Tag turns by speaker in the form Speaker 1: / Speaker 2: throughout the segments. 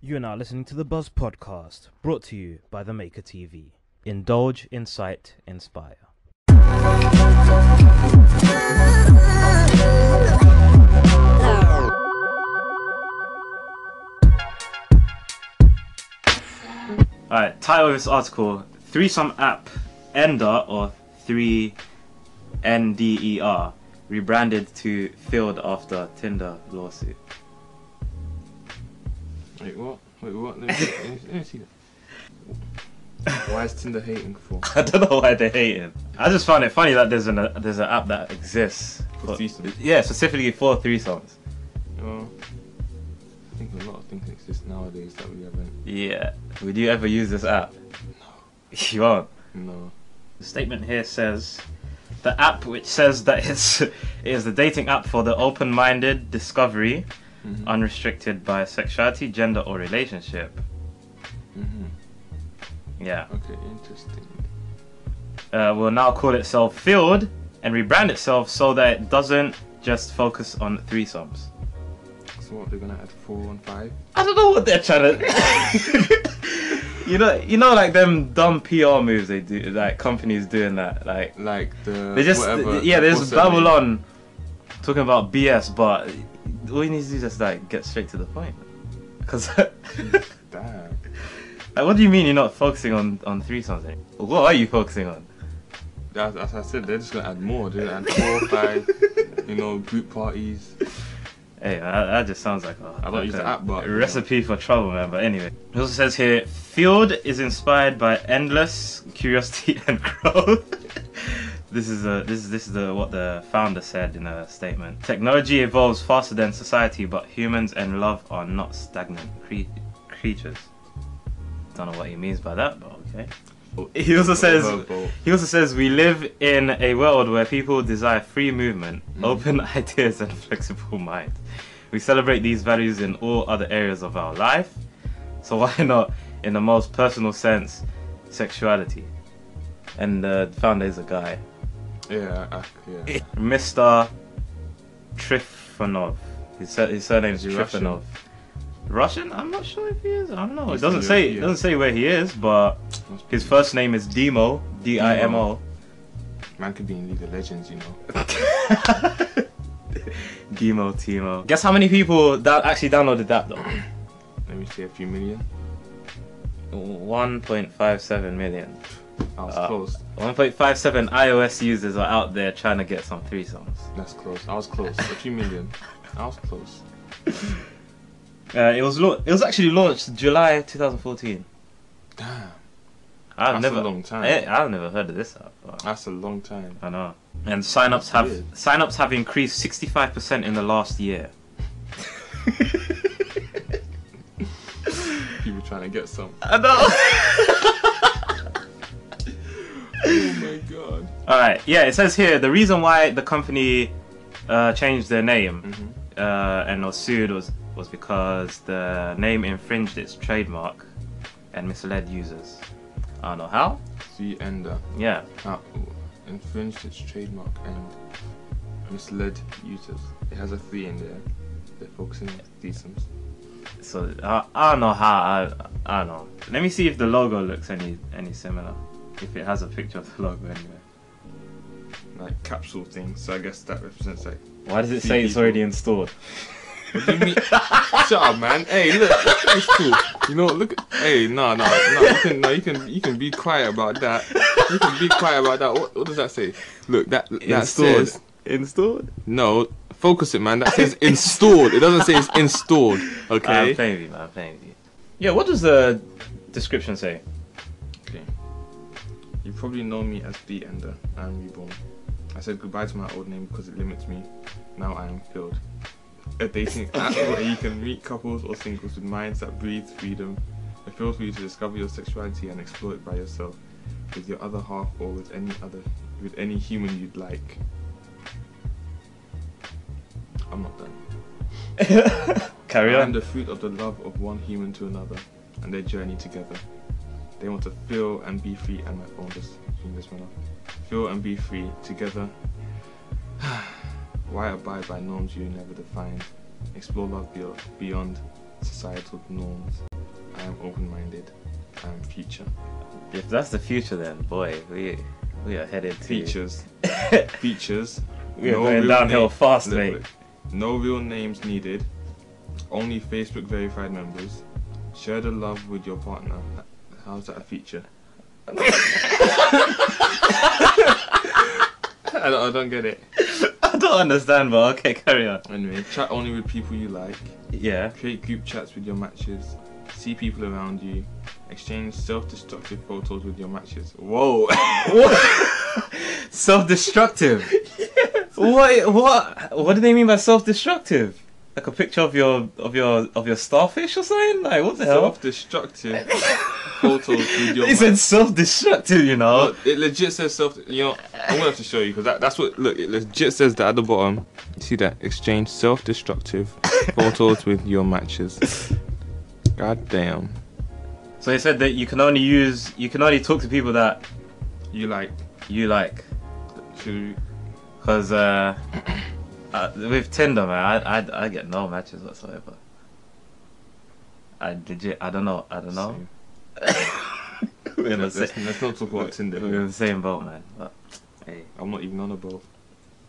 Speaker 1: You are now listening to the Buzz Podcast, brought to you by The Maker TV. Indulge, incite, inspire. Alright, title of this article Threesome App Ender or 3NDER E rebranded to Field after Tinder lawsuit.
Speaker 2: Wait, what? Wait, what? Let me, see- let me, let me see that. Why is Tinder hating for?
Speaker 1: I don't know why they're hating. I just found it funny that there's an uh, there's an app that exists.
Speaker 2: For threesomes.
Speaker 1: Yeah, specifically for threesomes.
Speaker 2: Well, I think a lot of things exist nowadays that we haven't.
Speaker 1: Yeah. Would you ever use this app? You won't.
Speaker 2: No.
Speaker 1: The statement here says the app which says that it's it is the dating app for the open-minded discovery, Mm-hmm.
Speaker 2: Mhm.
Speaker 1: unrestricted by sexuality, gender or relationship.
Speaker 2: Mhm.
Speaker 1: Yeah.
Speaker 2: Okay, interesting.
Speaker 1: uh, will now call itself Field and rebrand itself so that it doesn't just focus on threesomes.
Speaker 2: So what they're gonna add four and five?
Speaker 1: I don't know what they're trying to. you know, you know, like them dumb PR moves they do, like companies doing that, like
Speaker 2: Like the.
Speaker 1: they just
Speaker 2: whatever,
Speaker 1: yeah, they just
Speaker 2: what's
Speaker 1: babble
Speaker 2: that name?
Speaker 1: on talking about BS, but all you need to do is just like get straight to the point. Cause like,
Speaker 2: Damn.
Speaker 1: what do you mean you're not focusing on on threesomes? anymore? What are you focusing on?
Speaker 2: As, as I said, they're just gonna add more. They're gonna add four, five. You know, group parties.
Speaker 1: Hey, man, that, that just sounds like a,
Speaker 2: I don't
Speaker 1: like
Speaker 2: use
Speaker 1: a
Speaker 2: the app, but-
Speaker 1: recipe for trouble, man. But anyway, it also says here, Field is inspired by endless curiosity and growth. this is a this is this is the, what the founder said in a statement. Technology evolves faster than society, but humans and love are not stagnant cre- creatures. Don't know what he means by that, but okay. He also says.
Speaker 2: Verbal.
Speaker 1: He also says we live in a world where people desire free movement,
Speaker 2: Mhm.
Speaker 1: open ideas, and flexible mind. We celebrate these values in all other areas of our life. So why not, in the most personal sense, sexuality? And the founder is a guy,
Speaker 2: Yeah, I, yeah.
Speaker 1: Mr. Trifonov. His, sur- his surname is
Speaker 2: Is he Russian?
Speaker 1: Trifonov. Russian? I'm not sure if he is. I don't know. It
Speaker 2: He's
Speaker 1: doesn't say. It
Speaker 2: European.
Speaker 1: doesn't say where he is, but
Speaker 2: Must be-
Speaker 1: his first name is Dimo. D I M O.
Speaker 2: Man could be in League of Legends, you know.
Speaker 1: Demo Timo. Guess how many people that actually downloaded that though?
Speaker 2: Let me see a few million.
Speaker 1: 1.57 million.
Speaker 2: I was
Speaker 1: Uh,
Speaker 2: close.
Speaker 1: 1.57 iOS users are out there trying to get some threesomes.
Speaker 2: That's close. I was close. A few million. I was close.
Speaker 1: Uh, it was lau- it was actually launched July 2014.
Speaker 2: Damn.
Speaker 1: I've
Speaker 2: That's
Speaker 1: never
Speaker 2: a long time.
Speaker 1: I, have never heard of this app. but
Speaker 2: That's a long time.
Speaker 1: I know. And signups
Speaker 2: That's
Speaker 1: have
Speaker 2: weird.
Speaker 1: signups have increased 65% in the last year.
Speaker 2: People trying to get some.
Speaker 1: I know.
Speaker 2: Oh my god.
Speaker 1: All right. Yeah, it says here the reason why the company uh, changed their name
Speaker 2: Mhm.
Speaker 1: uh, and was sued was was because the name infringed its trademark and misled users. I don't know how.
Speaker 2: The Ender
Speaker 1: Yeah.
Speaker 2: app infringed its trademark and misled users. It has a three in there. They're focusing on threesomes.
Speaker 1: So I, I don't know how. I, I don't know. Let me see if the logo looks any any similar. If it has a picture of the logo anyway.
Speaker 2: Like capsule thing. So I guess that represents like.
Speaker 1: Why does it
Speaker 2: Three
Speaker 1: say it's
Speaker 2: people.
Speaker 1: already installed?
Speaker 2: What do you mean? Shut up, man. Hey, look. It's cool. You know, look. Hey, no, no, no. You can, no, you can, you can be quiet about that. You can be quiet about that. What, what does that say? Look, that that
Speaker 1: installed.
Speaker 2: says
Speaker 1: installed.
Speaker 2: No, focus it, man. That says installed. It doesn't say it's installed.
Speaker 1: I'm
Speaker 2: Okay.
Speaker 1: playing with you, man. I'm playing with you. Yeah. What does the description say?
Speaker 2: You probably know me as the Ender. I am reborn. I said goodbye to my old name because it limits me. Now I am filled. A dating app where you can meet couples or singles with minds that breathe freedom. It feels for you to discover your sexuality and explore it by yourself, with your other half or with any other, with any human you'd like. I'm not done.
Speaker 1: Carry on.
Speaker 2: I am the fruit of the love of one human to another and their journey together. They want to feel and be free, and my phone just hung this one up. Feel and be free together. Why abide by norms you never defined? Explore love be- beyond societal norms. I am open-minded. I am future.
Speaker 1: If that's the future, then boy, we we are headed to
Speaker 2: Features. Features.
Speaker 1: we are
Speaker 2: No
Speaker 1: going
Speaker 2: real
Speaker 1: downhill
Speaker 2: name-
Speaker 1: fast,
Speaker 2: Look,
Speaker 1: mate.
Speaker 2: look. No real names needed. Only Facebook verified members. Share the love with your partner. How's that a feature? I, don't, I don't get it.
Speaker 1: I don't understand, but okay, carry on.
Speaker 2: Anyway, chat only with people you like.
Speaker 1: Yeah.
Speaker 2: Create group chats with your matches. See people around you. Exchange self-destructive photos with your matches. Whoa!
Speaker 1: self-destructive. What? What? What do they mean by self-destructive? Like a picture of your of your of your starfish or something? Like what the hell?
Speaker 2: self-destructive photos with
Speaker 1: They
Speaker 2: your matches.
Speaker 1: said self-destructive. You know.
Speaker 2: Look, it legit says self. You know, I'm gonna have to show you because that, that's what. Look, it legit says that at the bottom. You see that? Exchange self-destructive photos with your matches. God damn.
Speaker 1: So he said that you can only use you can only talk to people that
Speaker 2: You like
Speaker 1: you like.
Speaker 2: to?
Speaker 1: Cause uh, uh with Tinder, man, I, I I get no matches whatsoever. I legit, I don't know, I don't know.
Speaker 2: Same.
Speaker 1: We're in the
Speaker 2: Let's,
Speaker 1: same,
Speaker 2: let's, let's not talk about
Speaker 1: we're in
Speaker 2: Tinder.
Speaker 1: the same boat, man. But, hey,
Speaker 2: I'm not even on a boat.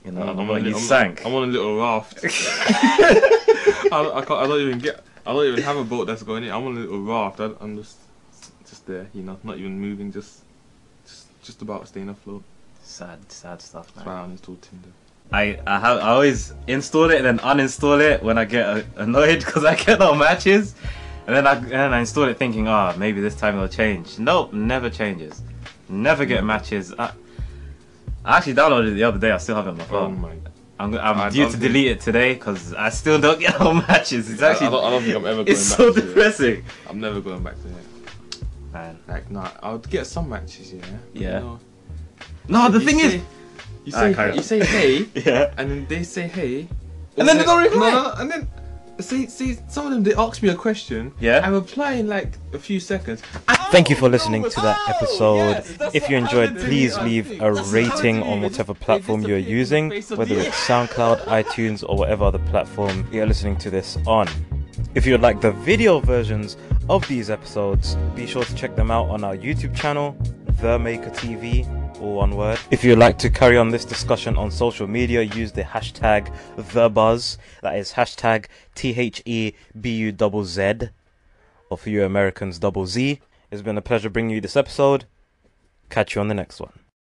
Speaker 1: you know,
Speaker 2: I'm,
Speaker 1: I'm
Speaker 2: on a
Speaker 1: like,
Speaker 2: li-
Speaker 1: you
Speaker 2: I'm-
Speaker 1: sank.
Speaker 2: I'm on a little raft. I, I can't. I don't even get. I don't even have a boat that's going in. I'm on a little raft. I, I'm just, just there. You know, not even moving. Just, just, just about staying afloat.
Speaker 1: Sad, sad stuff,
Speaker 2: That's
Speaker 1: man.
Speaker 2: why I uninstalled Tinder.
Speaker 1: I I have I always install it and then uninstall it when I get uh, annoyed because I get no matches, and then I and then I install it thinking ah maybe this time it'll change. Nope, never changes, never get matches. I, I actually downloaded it the other day. I still have it on my
Speaker 2: Oh
Speaker 1: phone.
Speaker 2: my.
Speaker 1: I'm go-
Speaker 2: I
Speaker 1: I'm due
Speaker 2: don't
Speaker 1: to
Speaker 2: think-
Speaker 1: delete it today because I still don't get no matches. It's
Speaker 2: I- I
Speaker 1: actually
Speaker 2: don't- I don't think I'm ever
Speaker 1: it's
Speaker 2: going
Speaker 1: so
Speaker 2: back to it.
Speaker 1: depressing.
Speaker 2: I'm never going back to it.
Speaker 1: Man.
Speaker 2: Like, nah, I'll get some matches, yeah. but,
Speaker 1: Yeah.
Speaker 2: You know,
Speaker 1: No, Ah, the
Speaker 2: you
Speaker 1: thing
Speaker 2: say-
Speaker 1: is,
Speaker 2: you
Speaker 1: Ah,
Speaker 2: say,
Speaker 1: carry on.
Speaker 2: you say hey,
Speaker 1: yeah.
Speaker 2: and then they say hey,
Speaker 1: And then they don't reply.
Speaker 2: No, no, and then. See, see, some of them they ask me a question.
Speaker 1: Yeah.
Speaker 2: I reply in like a few seconds.
Speaker 3: Thank you for listening to that
Speaker 2: Oh,
Speaker 3: episode.
Speaker 2: yes, that's
Speaker 3: If you
Speaker 2: what
Speaker 3: enjoyed,
Speaker 2: happened to
Speaker 3: please
Speaker 2: me, I
Speaker 3: leave
Speaker 2: think.
Speaker 3: a
Speaker 2: That's what happened
Speaker 3: rating on
Speaker 2: to me. They just-
Speaker 3: whatever
Speaker 2: they
Speaker 3: platform you're
Speaker 2: disappeared from the
Speaker 3: using,
Speaker 2: face of
Speaker 3: whether
Speaker 2: the
Speaker 3: it's SoundCloud, iTunes, or whatever other platform you're listening to this on. If you would like the video versions of these episodes, be sure to check them out on our YouTube channel, The Maker TV, all one word. If you'd like to carry on this discussion on social media, use the hashtag TheBuzz, that is hashtag T H E B U double Z or for you Americans, double Z. It's been a pleasure bringing you this episode. Catch you on the next one.